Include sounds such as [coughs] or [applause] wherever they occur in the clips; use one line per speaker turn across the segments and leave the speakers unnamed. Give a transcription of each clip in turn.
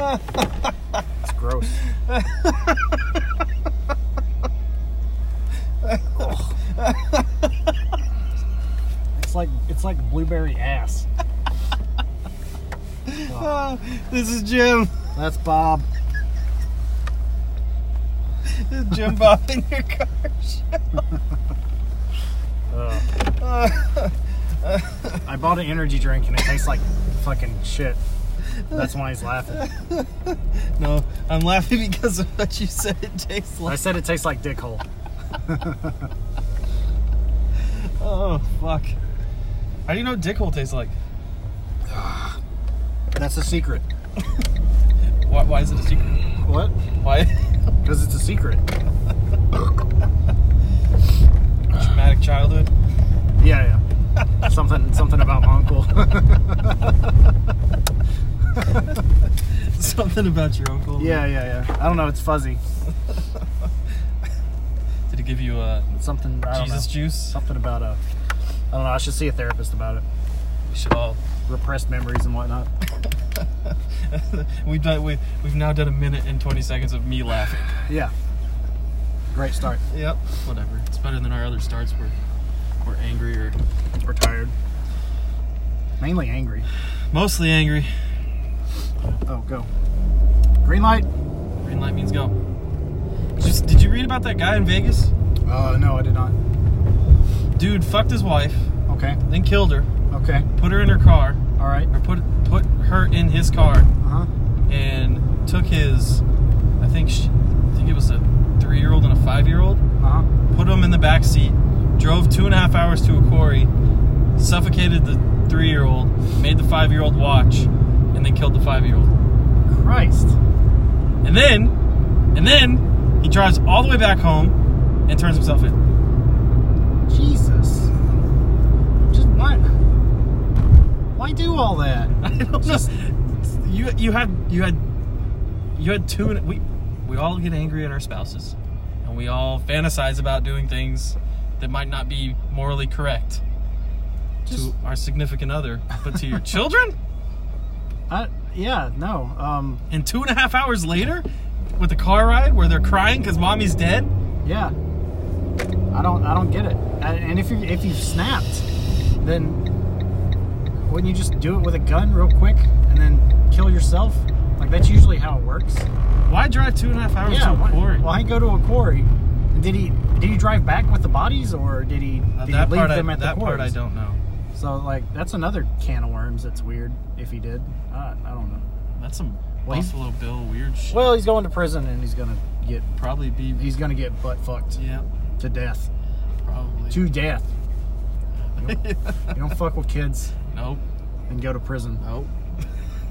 It's gross. Ugh. It's like it's like blueberry ass.
this is Jim.
That's Bob.
This is Jim Bob in your car show.
Ugh. I bought an energy drink and it tastes like fucking shit. That's why he's laughing.
No, I'm laughing because of what you said it tastes
I
like.
said it tastes like dick hole.
Oh, fuck. How do you know what dickhole tastes like?
That's a secret.
Why, why is it a secret?
What?
Why? [laughs]
Because it's a secret.
Traumatic childhood?
Yeah, yeah. something something about my uncle.
[laughs] Something about your uncle?
[laughs] yeah, yeah, yeah. I don't know. It's fuzzy.
Did it give you uh,
It's something. I don't
Jesus
know.
juice?
Something about a. I don't know. I should see a therapist about it.
We should all.
Repressed memories and whatnot.
We've done. We, we've now done a minute and twenty seconds of me laughing.
Yeah. Great start.
Yep. Whatever. It's better than our other starts where we're angry or
We're tired. Mainly angry.
mostly angry.
Oh, go. Green light.
Green light means go. Just, did you read about that guy in Vegas?
Uh, no, I did not.
Dude fucked his wife,
Okay.
then killed her,
Okay.
put her in her car,
All right.
or put put her in his car,
Uh huh.
and took his, I think she, I think it was a three year old and a five year old,
Uh huh.
put them in the back seat, drove two and a half hours to a quarry, suffocated the three year old, made the five year old watch, and then killed the five year old.
Christ.
And then, and then he drives all the way back home and turns himself in.
Jesus. Just what? Why do all that? [laughs]
I don't
Just-
know. You you had you had you had two. and- We we all get angry at our spouses, and we all fantasize about doing things that might not be morally correct
Just
to our significant other, but to your [laughs] children.
I, yeah. No. Um.
And two and a half hours later, with the car ride where they're crying because mommy's dead.
Yeah. I don't. I don't get it. And and if you if you snapped, then wouldn't you just do it with a gun real quick and then kill yourself? Like that's usually how it works.
Why drive two and a half hours
yeah.
to a
why,
quarry?
Why go to a quarry? And Did he did he drive back with the bodies or did he,
Uh,
did
that
he leave
part, I,
them at
that
the
part
quarries?
I don't know.
So like that's another can of worms that's weird if he did. I, I don't know.
That's some
Well, he's-
Buffalo Bill weird shit.
Well, he's going to prison and he's gonna get
probably be.
he's gonna get butt fucked
yeah,
to death.
probably.
To death. You don't, you don't fuck with kids
Nope.
and go to prison.
Nope.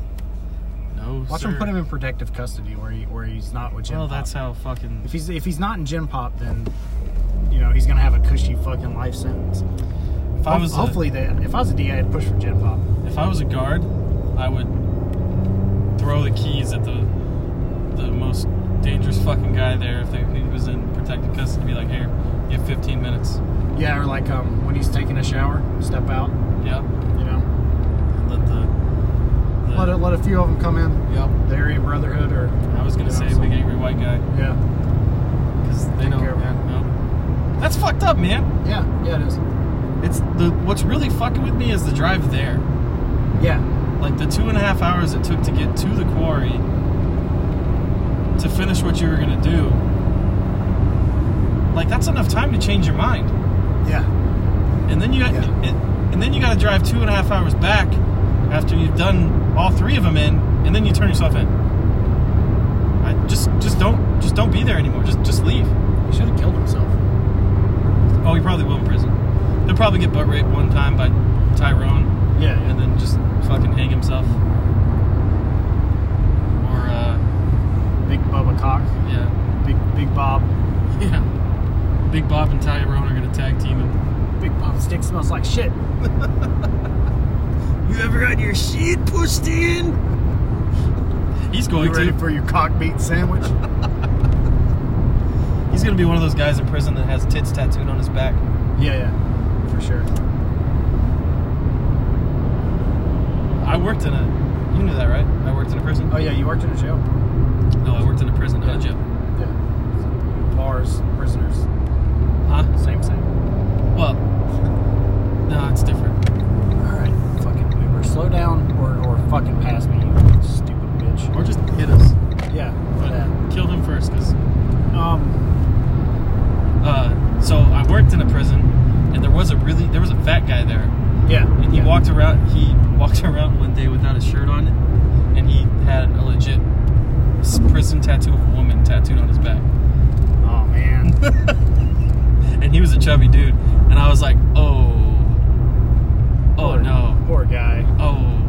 [laughs] no.
Watch
sir.
him put him in protective custody where he where he's not with Jim.
Well,
Pop.
that's how fucking.
if he's if he's not in Jim Pop, then you know he's gonna have a cushy fucking life sentence.
If I was a,
hopefully that if I was a DA, I'd push for Jim Pop.
if I was a guard, I would throw the keys at the the most dangerous fucking guy there if, they, if he was in protective custody. Be like, here, you have 15 minutes.
Yeah, or like um when he's taking a shower, step out.
Yep.
You know,
Let the. the
let a, let a few of them come in.
Yep.
The Aryan Brotherhood or
I was gonna
you know,
say
some-
big angry white guy
Yeah,
because they
Take
don't.
care of him.
no. That's fucked up, man.
yeah, yeah, it is.
It's the what's really fucking with me is the drive there.
Yeah,
like the two and a half hours it took to get to the quarry to finish what you were gonna do like that's enough time to change your mind
yeah,
and then you got
Yeah.
and, and then you got to drive two and a half hours back after you've done all three of them in and then you turn yourself in I just just don't just don't be there anymore just just leave
he should have killed himself.
oh you probably will in prison they'll probably get butt raped one time by Tyrone
Yeah,
and then just fucking hang himself or uh
Big Bubba Cock,
Yeah. [laughs]
Big Big Bob,
Yeah. Big Bob and Tyrone are gonna tag team him.
Big Bob Stick smells like shit.
You ever got your shit pushed in? He's going
You ready
to.
for your cock meat [laughs] sandwich?
He's gonna be one of those guys in prison that has tits tattooed on his back.
yeah, yeah, for sure.
I worked in a You knew that, right? I worked in a prison.
Oh yeah, you worked in a jail.
No, I worked in a prison. Not a jail.
Yeah. Bars, prisoners,
Huh?
same same.
Well, no, it's different.
All right, fucking Uber, slow down or or fucking pass me, you stupid bitch.
Or just hit us.
Yeah.
But
yeah.
kill him first, because
Um.
uh, so I worked in a prison, and there was a really there was a fat guy there,
Yeah.
and he
yeah.
walked around. He walked [laughs] around one day without his shirt on, and he had a legit s- prison tattoo of a woman tattooed on his back.
Oh man.
and he was a chubby dude, and I was like, oh, oh
Poor-
no,
Poor [laughs] guy.
oh,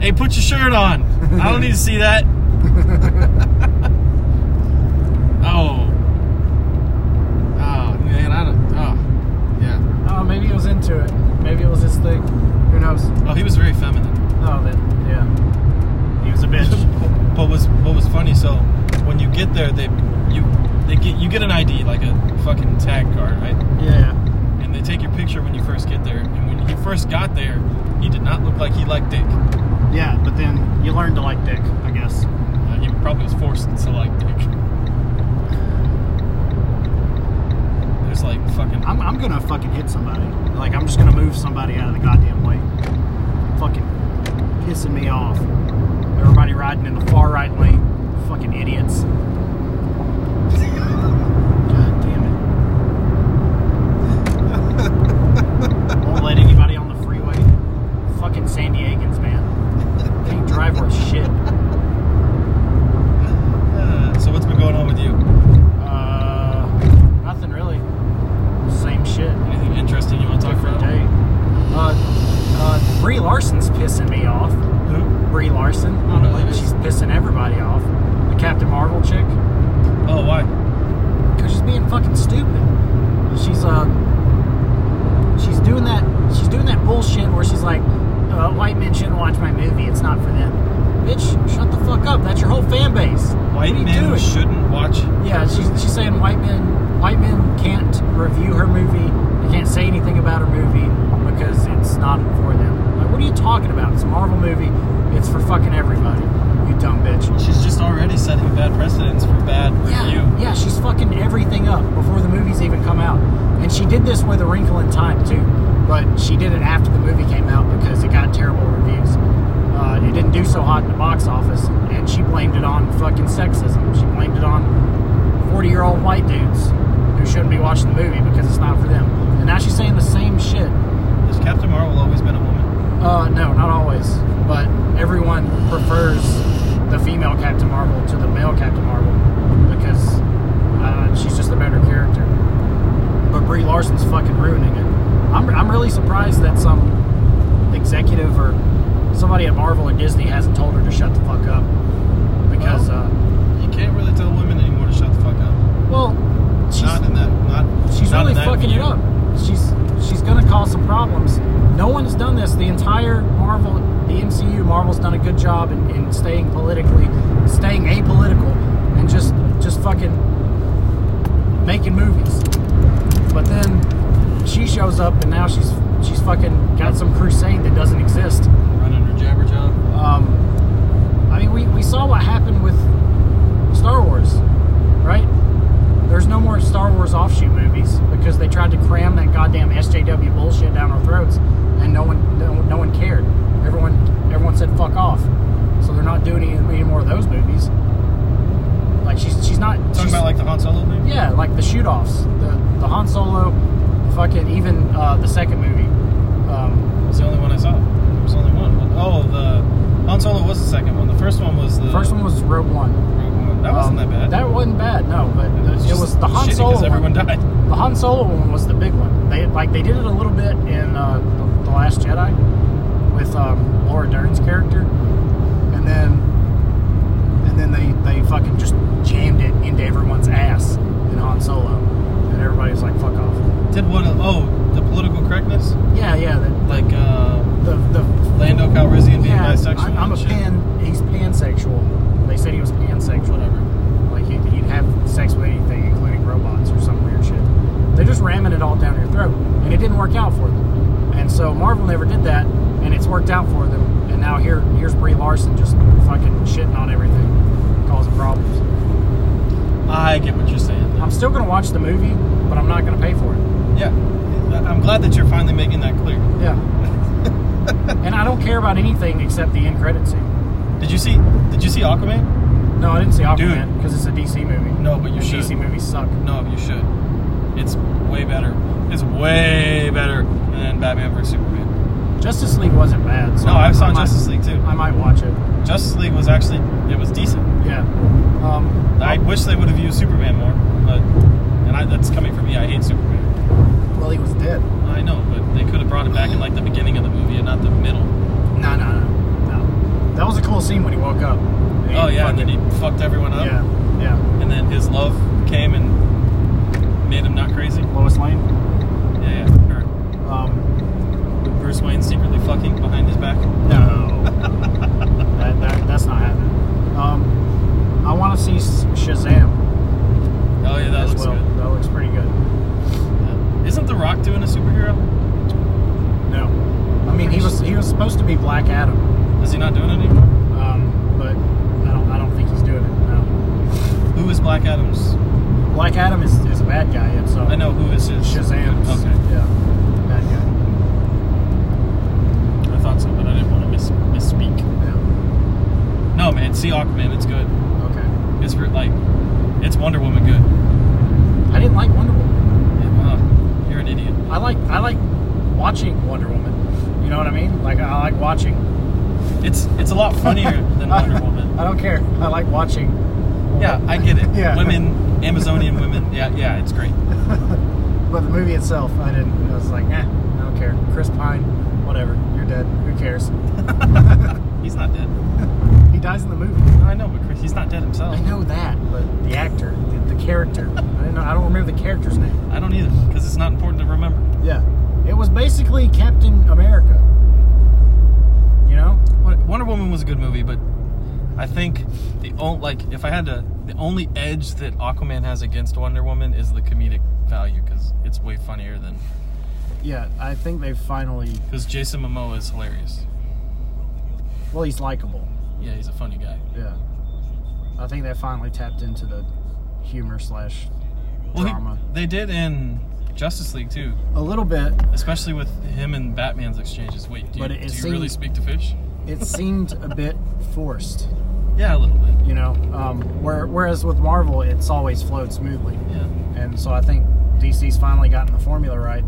hey, put your shirt on. I don't need to see that. oh, oh man, I don't. Oh, yeah.
Oh, maybe he was into it. Maybe it was his thing. Who knows?
Oh, he was very feminine.
Oh, then yeah. He was a bitch.
[laughs] But was what was funny? So when you get there, they you they get you get an ID like a fucking tag card, right?
[laughs] yeah.
And they take your picture when you first get there. And when he first got there, he did not look like he liked dick.
Yeah, but then you learn to like dick, I guess.
Uh, he probably was forced to like dick. There's like fucking
I'm, I'm gonna fucking hit somebody. Like I'm just gonna move somebody out of the goddamn way. Fucking pissing me off. Everybody riding in the far right lane. Fucking idiots. God damn it. [laughs] Won't let anybody on the freeway. Fucking San Diegans, man. Can't drive worth shit.
Uh, so what's been going on with you?
Uh, nothing really. Same shit.
Anything interesting you want to talk
Different
about?
day. Uh, uh, Brie Larson's pissing me off.
Who?
Brie Larson.
I don't know who that
She's
is.
pissing everybody off. The Captain Marvel chick.
Oh, why?
Because she's being fucking stupid. She's, uh, she's doing that, she's doing that bullshit where she's like, uh, white men shouldn't watch my movie. It's not for them. Bitch, shut the fuck up. That's your whole fan base. What
White
are you
men
doing?
shouldn't watch.
Yeah, she's, she's saying white men white men can't review her movie. They can't say anything about her movie because it's not for them. Like, what are you talking about? It's a Marvel movie. It's for fucking everybody. You dumb bitch.
She's just already setting bad precedents for bad
Yeah,
review.
yeah. She's fucking everything up before the movies even come out. And she did this with A Wrinkle in Time too, but she did it after the movie came out because it got terrible reviews. Uh, it didn't do so hot in the box office, and she blamed it on fucking sexism. She blamed it on 40 year old white dudes who shouldn't be watching the movie because it's not for them. And now she's saying the same shit.
Has Captain Marvel always been a woman?
Uh, no, not always. But everyone prefers the female Captain Marvel to the male Captain Marvel because uh, she's just a better character. But Brie Larson's fucking ruining it. I'm, I'm really surprised that some executive or somebody at Marvel or Disney hasn't told her to shut the fuck up. Because,
Well,
uh,
You can't really tell women anymore to shut the fuck up.
well, uh, she's,
Not in that. Not.
She's
not
really
in that
fucking
view.
it up. She's she's gonna cause some problems. No one's done this. The entire Marvel, the MCU, Marvel's done a good job in, in staying politically, staying apolitical, and just just fucking making movies. But then she shows up, and now she's she's fucking got some crusade that doesn't exist.
Running her jabber job.
Um, I mean, we, we saw what happened with Star Wars, right? There's no more Star Wars offshoot movies because they tried to cram that goddamn SJW bullshit down our throats, and no one no, no one cared. Everyone everyone said fuck off, so they're not doing any, any more of those movies. Like she's she's not
Talking
she's-
about like the Han Solo thing.
yeah, like the shoot offs, the the Han Solo, fucking even uh, the second movie. Um,
It's the only one I saw. It was only one. Oh, the Han Solo was the second one. The first one was the
first one was Rogue One.
Rogue One. That wasn't
Um,
that bad.
That wasn't bad, no. But it was,
just
the Han
shitty
Solo.
because everyone
one.
died.
The Han Solo one was the big one. They like they did it a little bit in uh, the, the Last Jedi with um, Laura Dern's character, and then and then they they fucking just jammed it into everyone's ass in Han Solo, and everybody's like, "Fuck off."
Did one of oh the political correctness
Yeah, yeah. The
like uh,
the, the
Lando Calrissian being
yeah,
bisexual.
I, I'm a
and shit.
pan. He's pansexual. They said he was pansexual.
Whatever.
Like he'd, he'd have sex with anything, including robots or some weird shit. They're just ramming it all down your throat, and it didn't work out for them. And so Marvel never did that, and it's worked out for them. And
I get what you're saying.
I'm still gonna watch the movie, but I'm not gonna pay for it.
Yeah, I'm glad that you're finally making that clear.
Yeah. [laughs] and I don't care about anything except the end credit scene.
Did you see? Did you see Aquaman?
No, I didn't see
Dude.
Aquaman because it's a DC movie.
No, but you
And
should.
DC movies suck.
No, you should. It's way better. It's way better than Batman vs Superman.
Justice League wasn't bad. So
No, I saw
might-
Justice League too.
I might watch it.
Justice League was actually it was decent.
Yeah. Um,
I wish they would have used Superman more, but and I, that's coming from me. I hate Superman.
well, he was dead.
I know, but they could have brought it back in like the beginning of the movie and not the middle.
No, no, no, no. That was a cool scene when he woke up.
oh yeah, and
fucking-
then he fucked everyone up,
yeah, yeah.
and then his love came and made him not crazy.
Lois Lane.
Yeah, yeah. Or
Um,
Bruce Wayne secretly fucking behind his back. [laughs]
no, that, that, that's not happening. Um, I want to see S- Shazam
Oh yeah, that
as
looks
well.
good.
That looks pretty good.
Yeah. Isn't The Rock doing a superhero?
No, I mean he was he was supposed to be Black Adam,
Is he not doing it anymore?
um, but I don't I don't think he's doing it. No,
Who is Black Adams?
Black Adam is, is a bad guy. It's uh,
I know who is his.
Shazam's
Okay,
yeah, bad guy.
I thought so, but I didn't want to mis- misspeak.
Yeah.
No man, see Aquaman. It's good.
Okay.
It's re- like, it's Wonder Woman good.
I didn't like Wonder Woman.
Yeah, uh-huh. wow. You're an idiot.
I like I like watching Wonder Woman. You know what I mean? Like I like watching.
It's it's a [laughs]
[laughs]
lot funnier than Wonder Woman.
I don't care. I like watching.
Yeah, I get it.
Yeah.
[laughs] Women, Amazonian women. Yeah, yeah, it's great.
But the movie itself, I didn't. I was like, eh, I don't care. Chris Pine, whatever. You're dead. Who cares?
He's not dead.
He dies in the movie.
I know, but Chris, he's not dead himself.
I know that, but the actor, the, the character. I don't know. I don't remember the character's name.
I don't either, because it's not important to remember.
Yeah, it was basically Captain America. You know?
What- Wonder Woman was a good movie, but I think the only like if I had to, the only edge that Aquaman has against Wonder Woman is the comedic value, because it's way funnier than
Yeah, I think they finally.
because Jason Momoa is hilarious.
Well, he's likable.
Yeah, he's a funny guy.
Yeah, I think they finally tapped into the humor slash
Well, he-
drama
they did in Justice League too,
a little bit.
especially with him and Batman's exchanges. Wait, do you,
But it- it
do you really
seems-
speak to fish?
It seemed a bit forced.
Yeah, a little bit.
You know, um, where, whereas with Marvel, it's always flowed smoothly.
Yeah,
and so I think DC's finally gotten the formula right,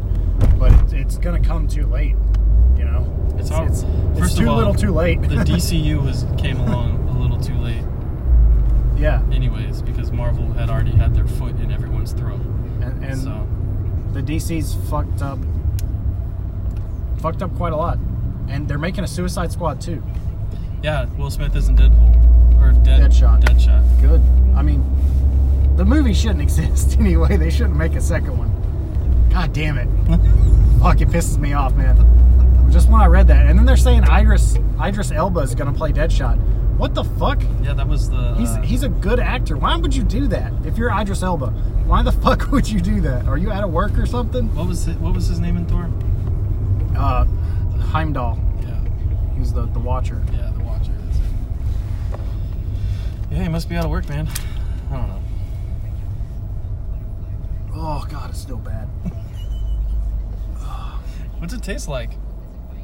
but it's, it's going to come too late, you know.
It's all-
it's, it's
first of
too
all,
little, too late.
the DCU was came along a little too late,
[laughs] yeah,
anyways, because Marvel had already had their foot in everyone's throat.
and, and
so
the DC's fucked up, fucked up quite a lot, and they're making a Suicide Squad too.
yeah, Will Smith isn't Deadpool or dead,
Deadshot.
Deadshot.
Good. I mean, the movie shouldn't [laughs] exist anyway. They shouldn't make a second one. God damn it. Fuck, it pisses me off, man. Just when I read that, and then they're saying Idris Idris Elba is gonna play Deadshot. What the fuck?
Yeah, that was the.
He's
uh,
he's a good actor. Why would you do that? If you're Idris Elba, why the [laughs] fuck would you do that? Are you out of work or something?
what was his, what was his name in Thor?
Uh, Heimdall.
Yeah,
He's the the Watcher.
yeah, the Watcher. That's it. Yeah, he must be out of work, man. I don't know.
Oh god, it's still bad.
What's it taste like?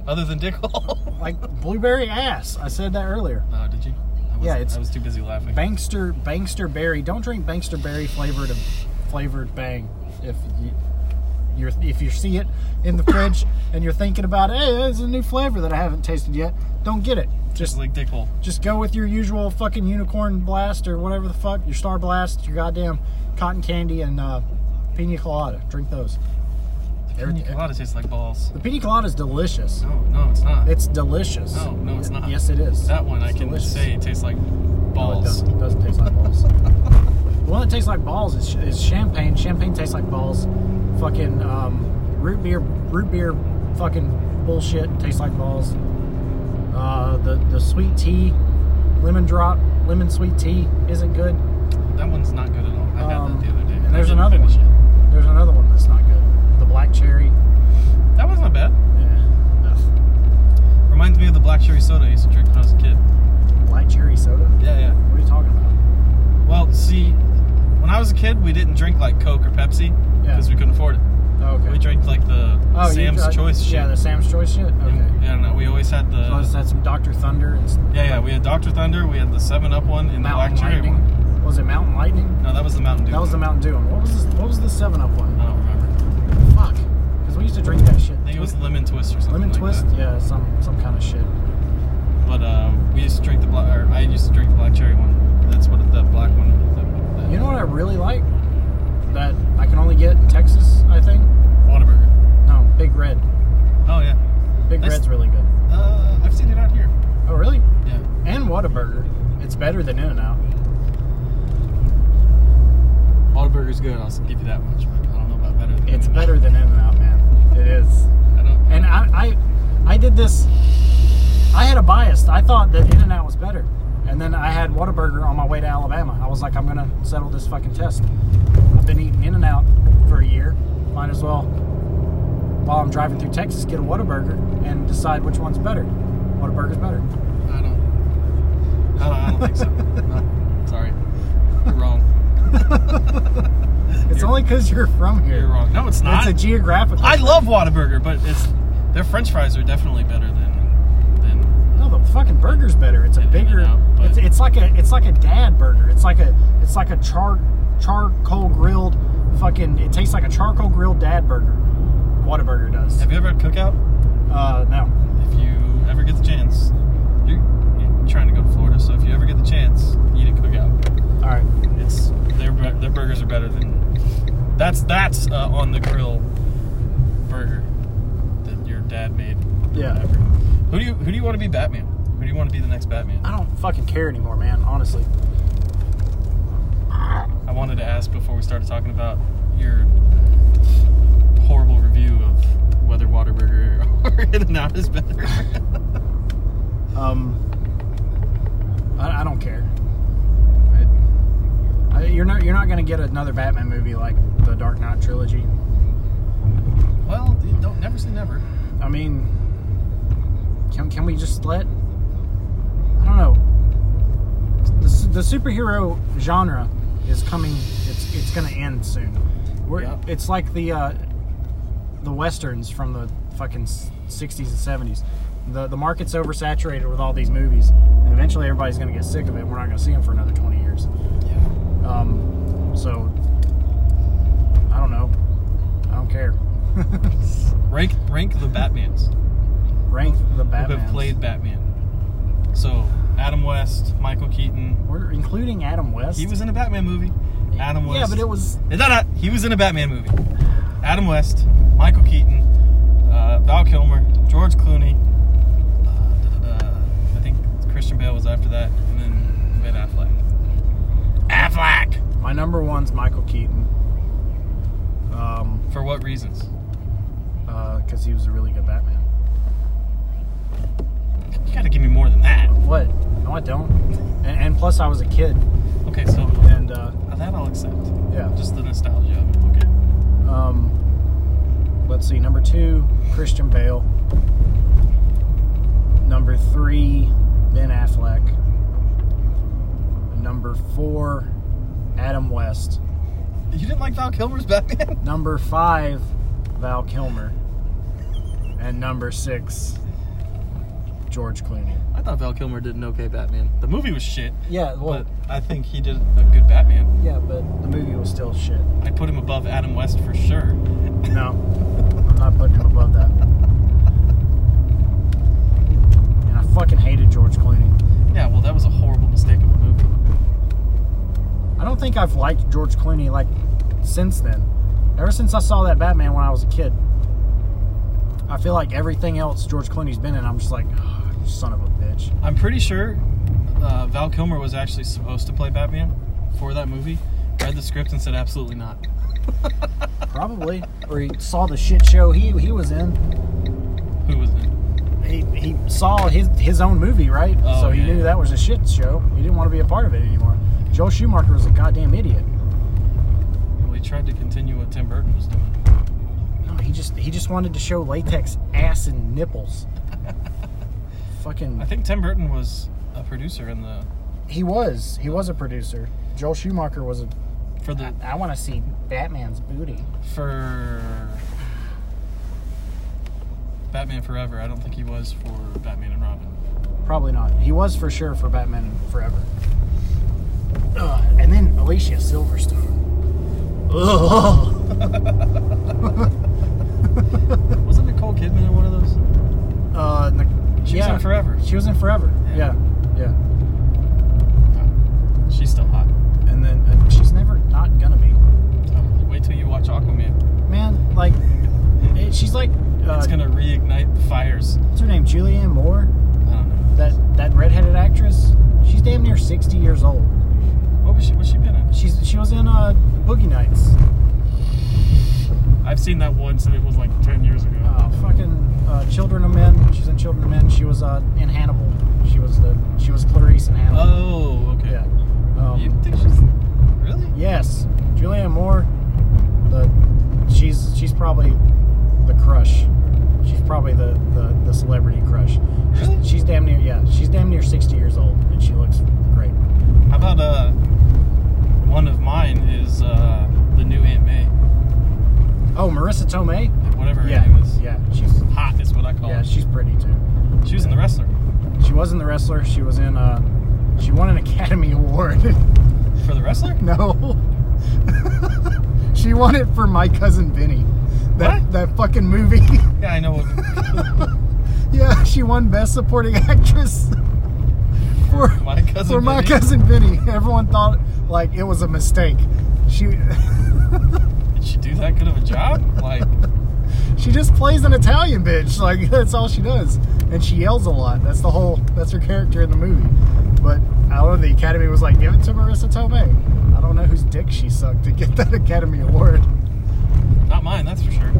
Other than dick hole? [laughs]
Like blueberry ass. I said that earlier.
no, Uh, did you? I was,
Yeah, it's-
I was too busy laughing.
Bankster Bankster Berry. Don't drink Bankster Berry flavored flavored Bang. If you you're, if you see it in the fridge and you're thinking about, hey, there's a new flavor that I haven't tasted yet, don't get it.
Just
Just
like dick hole.
just go with your usual fucking unicorn blast or whatever the fuck, your star blast, your goddamn cotton candy and uh, pina colada. Drink those.
Pina colada tastes like balls.
The pina colada is delicious.
No, no, it's not.
It's delicious.
no, Oh, no, it's not.
Yes, it is.
That one I
It's
can
delicious.
say tastes like
No, it
balls.
doesn't. It doesn't taste like
[laughs]
balls. the one that tastes like balls is, is champagne. Champagne tastes like balls. Fucking um, root beer, root beer, fucking bullshit tastes like balls. Uh, the the sweet tea, lemon drop, lemon sweet tea isn't good.
that one's not good at all. I
Um,
had that the other day.
and there's
I didn't
another
finish
one. There's another one that's not good. The black cherry.
it. That one's not bad.
Yeah, ugh.
Reminds me of the black cherry soda I used to drink when I was a kid.
black cherry soda.
Yeah, yeah.
What are you talking about?
Well, see, when I was a drink like Coke or Pepsi
Yeah.
because we couldn't afford it.
Okay.
We drank like the
Oh, you
Sam's
got-
Choice shit.
Yeah, the Sam's Choice shit. Okay.
And- I don't know. We always had the
so I just had some Dr. Thunder and some
yeah yeah. We had Dr Thunder. We had the Seven Up one and the
Mountain
Black Cherry
Lightning.
one.
Was it Mountain Lightning?
No, that was the Mountain Dew.
That was the
one.
Mountain Dew. one. What was this, what was the Seven Up one?
I don't remember.
Fuck. Because we used to drink that shit.
I think it was Lemon Twist or something.
lemon
like
twist.
that.
Yeah, some some kind of shit.
But uh, we used to drink the black. Or I used to drink the Black Cherry one. That's what the black one. The, the
You know what I really like that I can only get in Texas. I think
Whataburger.
no Big Red.
Oh yeah.
Big
That's-
Red's really good.
Uh, I've seen it out here.
Oh really?
Yeah.
And Whataburger. It's better than In and Out.
Whataburger's good. I'll s- give you that much. But I don't know about better. Than
It's
In-N-Out.
better than In and Out, man. It is.
I don't.
And I, I I did this. I had a bias. I thought that In and Out was better. And then I had Whataburger on my way to Alabama. I was like, I'm gonna settle this fucking test. I've been eating In and Out for a year. Might as well while I'm driving through Texas get a Whataburger and decide which one's better. Whataburger's better.
I don't. I don't, I
[laughs]
don't think so. No. Sorry. You're wrong.
It's
You're-
only because you're from here.
You're wrong. No, it's
It's
not.
a geographical.
I love Whataburger, but it's their French fries are definitely better than than.
No, the fucking burger's better. It's a
In and
bigger.
out, but-
it's, it's like a it's like a dad burger. It's like a it's like a char charcoal grilled fucking. It tastes like a charcoal grilled dad burger. Whataburger does.
Have you ever had Cookout?
Uh, no.
If you ever get the chance, you're, you're trying to go to Florida, so if you ever get the chance, eat at Cookout.
All right.
It's their bur- their burgers are better than. That's that's uh, on the grill burger that your dad made.
Yeah.
Whatever. Who do you who do you want to be Batman? Who do you want to be the next Batman?
I don't fucking care anymore, man. Honestly.
I wanted to ask before we started talking about your horrible review of whether Waterburger [laughs] or In-N-Out
[laughs]
is better.
Um. I, I don't care. It, I, you're not you're not gonna get another Batman movie like the Dark Knight trilogy.
well, you don't never say never.
I mean, can, can we just let? I don't know. The, su- the superhero genre is coming. It's it's going to end soon. We're,
Yeah.
It's like the uh, the westerns from the fucking sixties and seventies. The the market's oversaturated with all these movies, and eventually everybody's going to get sick of it. and We're not going to see them for another twenty years.
Yeah.
Um, so I don't know. I don't care. [laughs]
Rank rank the Batmans
Rank the
who
Batman.
have played Batman. So Adam West, Michael Keaton.
We're including Adam West.
He was in a Batman movie. Adam West.
Yeah, but it was
No, no, he was in a Batman movie. Adam West, Michael Keaton, uh, Val Kilmer, George Clooney. Uh, da, da, da. I think Christian Bale was after that, and then Ben Affleck. Affleck.
my number one's Michael Keaton. Um,
For what reasons?
because he was a really good Batman.
You gotta give me more than that.
What? No, I don't. And, and plus, I was a kid,
Okay, so
and uh,
that I'll accept.
yeah.
Just the nostalgia of it. Okay.
Um, let's see. Number two, Christian Bale. Number three, Ben Affleck. Number four, Adam West.
You didn't like Val Kilmer's [laughs] Batman?
Number five, Val Kilmer. And number six, George Clooney.
I thought Val Kilmer did an okay Batman. The movie was shit,
Yeah, well,
but I think he did a good Batman.
yeah, but the movie was still shit.
I'd put him above Adam West for sure.
No, I'm not putting him above that. And I fucking hated George Clooney.
Yeah, well, that was a horrible mistake of a movie.
I don't think I've liked George Clooney like since then. Ever since I saw that Batman when I was a kid, I feel like everything else George Clooney's been in, I'm just like, oh, you son of a bitch.
I'm pretty sure uh, Val Kilmer was actually supposed to play Batman for that movie. Read the script and said absolutely not.
Probably. or he saw the shit show he he was in.
Who was it?
he, he saw his his own movie, right?
Oh,
so he
yeah,
knew
yeah.
that was a shit show. He didn't want to be a part of it anymore. Joel Schumacher was a goddamn idiot.
Well, he tried to continue what Tim Burton was doing.
No, he just he just wanted to show latex ass and
[laughs]
nipples. Fucking,
I think Tim Burton was a producer in the.
he was he was a producer. Joel Schumacher was a
for the
I, I want to see Batman's booty.
for Batman Forever. I don't think he was for Batman and Robin.
Probably not. He was for sure for Batman Forever. Ugh. And then Alicia Silverstone. Ugh.
Wasn't Nicole Kidman in one of those?
Uh, Nic-
She was
yeah.
in Forever.
She was in Forever.
Yeah.
Yeah. Yeah.
She's still hot.
And then uh, she's never not gonna be.
Oh, wait till you watch Aquaman.
Man, like, it, she's like. Uh,
it's gonna reignite the fires. Um,
What's her name? Julianne Moore.
I don't know.
That that redheaded actress. She's damn near sixty years old.
What was she? What's she been in?
She's she was in uh, Boogie Nights.
I've seen that once, and it was like ten years ago.
uh, fucking uh, Children of Men. She's in Children of Men. She was uh, in Hannibal. She was the she was Clarice in Hannibal.
oh, okay.
yeah. Um,
You think she's really?
Yes, Julianne Moore. The she's she's probably the crush. She's probably the the, the celebrity crush. She's,
Really?
she's damn near yeah. She's damn near sixty years old and she looks great.
How about uh, one of mine is uh, the new Aunt May,
Oh, Marissa Tomei.
whatever her
yeah,
name is.
yeah. She's
Hot is what I call
yeah.
it.
She's pretty too.
She was in the wrestler
She was in the wrestler. She was in uh. She won an Academy [laughs] Award.
for
[laughs]
the wrestler.
No. she won it for my cousin Vinny. That
What?
that fucking movie. [laughs]
Yeah, I know.
yeah, [laughs] she won best supporting [laughs] actress for
My Cousin
for my
Vinny?
cousin Vinny. [laughs] Everyone thought like it was a mistake. She [laughs]
Did she do that good of a job? Like,
she just plays an Italian bitch. [laughs] Like that's all she does, and she yells a lot. That's the whole. That's her character in the movie. But I don't know. The Academy was like, give it to Marissa Tomei. I don't know whose dick she sucked to [laughs] get that Academy Award.
not mine, that's
[laughs]
for sure.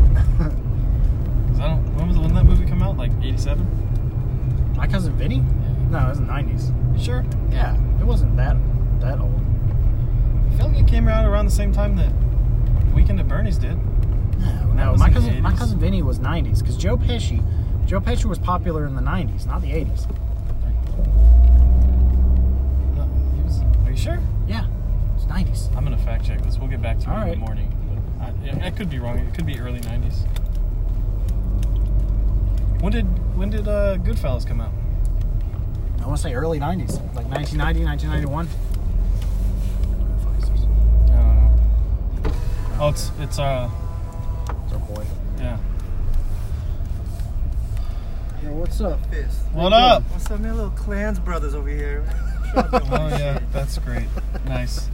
'Cause I don't. When was when that movie come out? Like '87.
My cousin Vinny? No, it was the nineties.
You sure?
Yeah, it wasn't that that old.
I feel like it came out around the same time that Weekend at Bernie's did.
No,
That
no.
was
My
in the
cousin, my
80s.
cousin Vinny was nineties because Joe Pesci, Joe Pesci was popular in the nineties, not the eighties.
No, Uh, he was- Are you sure?
Yeah, it's nineties.
I'm gonna fact check this. We'll get back to you
All
in
right.
the morning. But I, yeah, I could be wrong. It could be early '90s. When did when did uh, Goodfellas come out?
I want to say early nineties, like 1990, 1991.
Uh, oh, it's it's uh
Oh boy.
yeah.
Yo, what's up?
Fist.
What up?
What's up, man? Little clans brothers over here. [laughs]
Oh yeah, that's great. Nice.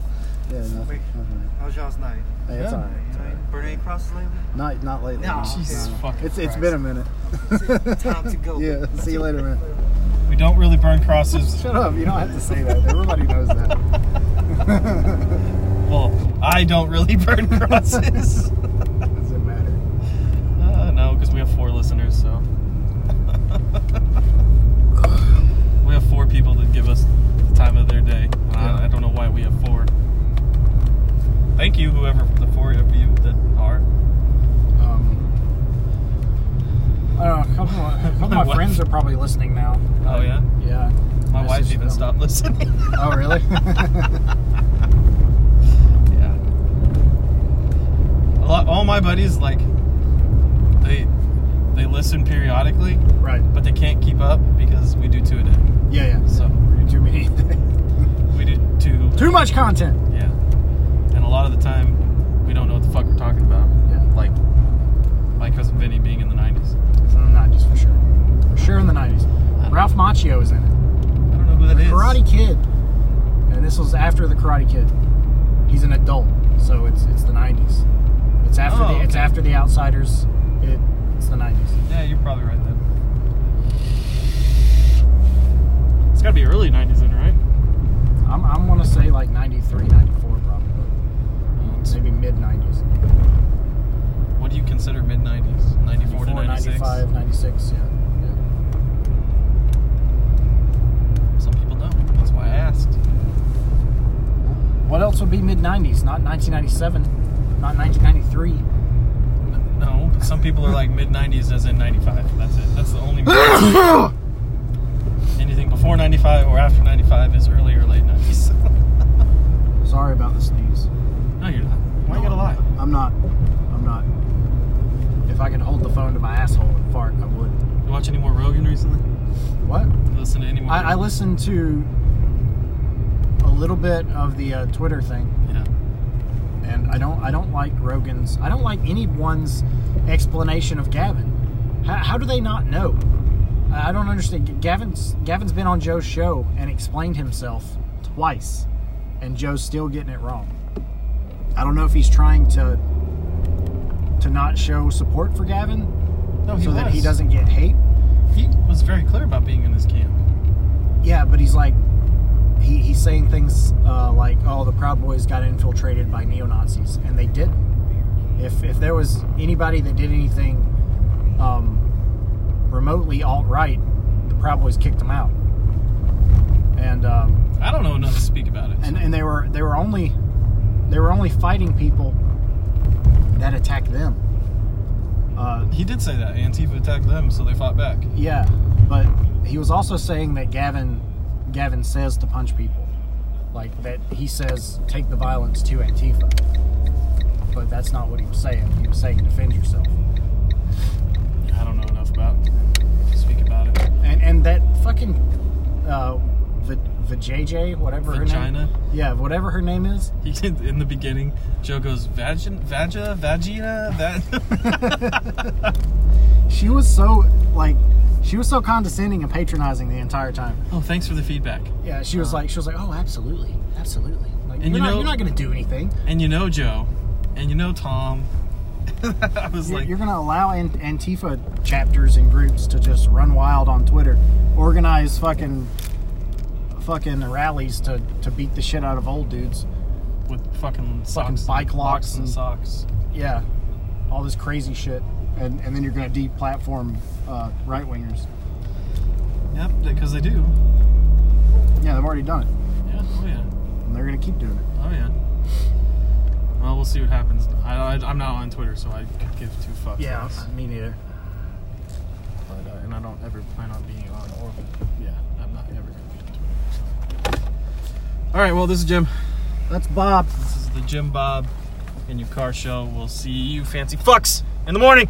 Yeah, nothing.
Wait.
nothing.
How's y'all's night?
Hey, it's
Yeah.
alright.
You
it's
know,
alright.
you burn any crosses lately?
Not not lately.
No.
[laughs] Jesus fucking
It's it's
Christ.
been a minute.
Time to go.
[laughs] yeah. See you later, man.
We don't really burn crosses.
[laughs] Shut up. You don't have to say that. Everybody knows [laughs] that.
well, I don't really [laughs] burn crosses.
Doesn't matter.
Uh, no, because we have four listeners, [laughs] so. we have four people that give us the time of their day. and I, I don't know why we have four. Thank you, whoever the four of you that are.
Um, I don't know. A couple of, a couple of
My
my
wife.
friends are probably listening now.
Oh, yeah?
Yeah.
My
Messaged
wife even
them.
stopped [laughs] listening.
Oh really?
yeah. A lot, all my buddies, like, they they listen periodically,
right.
but they can't keep up because we do two a day.
Yeah, yeah.
So
Too many. [laughs]
we do two.
Too much content.
Yeah. And a lot of the time, we don't know what the fuck we're talking about.
Yeah.
Like, my cousin Vinny being in the 90s.
It's in the 90s for sure. For sure in the 90s. Ralph Macchio is in it.
I don't know who that is.
Karate Kid. And this was after the Karate Kid. He's an adult, so it's it's the 90s. It's after
Oh,
the it's
okay.
after the Outsiders. It, it's the 90s.
Yeah, you're probably right then. It's gotta be early 90s then, right?
I'm I'm gonna say like 93, 94 probably.
Mm-hmm.
Maybe mid 90s.
What do you consider mid 90s? 94 to 96?
95, 96. Yeah. yeah.
Some people know. That's why I asked.
What else would be mid 90s? Not 1997. Not 1993.
N- No, but some people are like mid 90s as in 95. That's it. That's the only. [coughs] [laughs] Anything before 95 or after 95 is early or late 90s.
So [coughs] Sorry about the sneeze.
No, you're not. Why you gotta lie?
I'm not. I'm not. If I could hold the phone to my asshole and fart, I would.
You watch any more Rogan recently?
What?
You listen to any more?
I, I
Rogan?
listened to a little bit of the uh, Twitter thing.
Yeah.
and I don't I don't like Rogan's I don't like anyone's explanation of Gavin. How, how do they not know? I I don't understand. Gavin's Gavin's been on Joe's show and explained himself twice, and Joe's still getting it wrong. I don't know if he's trying to to not show support for Gavin
No, he
so that he
was.
doesn't get hate.
He was very clear about being in this camp.
Yeah, but he's like, he, he's saying things uh, like, "Oh, the Proud Boys got infiltrated by neo Nazis," and they didn't. If if there was anybody that did anything um, remotely alt right, the Proud Boys kicked them out. And um,
I don't know enough to speak about it.
and and they were they were only they were only fighting people that attacked them. Uh,
he did say that Antifa attacked them, so they fought back.
yeah, but he was also saying that Gavin Gavin says to punch people. Like that he says take the violence to Antifa. But that's not what he was saying. He was saying defend yourself.
I don't know enough about to speak about it.
And and that fucking uh the the JJ, whatever her
Vagina.
name. Yeah, whatever her name is.
[laughs] He did in the beginning. Joe goes vagin, vagia, vagina, va-" [laughs]
She was so like she was so condescending and patronizing the entire time.
oh, thanks for the feedback.
Yeah, she was like she was like, Oh, absolutely. Absolutely. Like
Uh-huh. And
you're,
you
not,
know-
you're not gonna do anything.
And you know Joe, and you know Tom. [laughs] I was
You're-
like,
you're going to allow An- Antifa chapters and groups to just run wild on Twitter, organize fucking fucking rallies to, to beat the shit out of old dudes.
with fucking socks,
bike locks
and,
and-
socks.
Yeah, all this crazy shit, and and then you're going to deplatform uh, right wingers.
Yep, because they do.
Yeah, they've already done it,
Yeah. Oh yeah.
and they're going to keep doing it.
Oh yeah. Well, we'll see what happens. I, I, I'm not on Twitter, so I could give two fucks. less.
me neither.
But, uh, and I don't ever plan on being on or yeah, I'm not ever gonna be on Twitter. so. All right, well, this is Jim.
That's Bob.
This is the Jim Bob in your car show. We'll see you, fancy fucks, in the morning.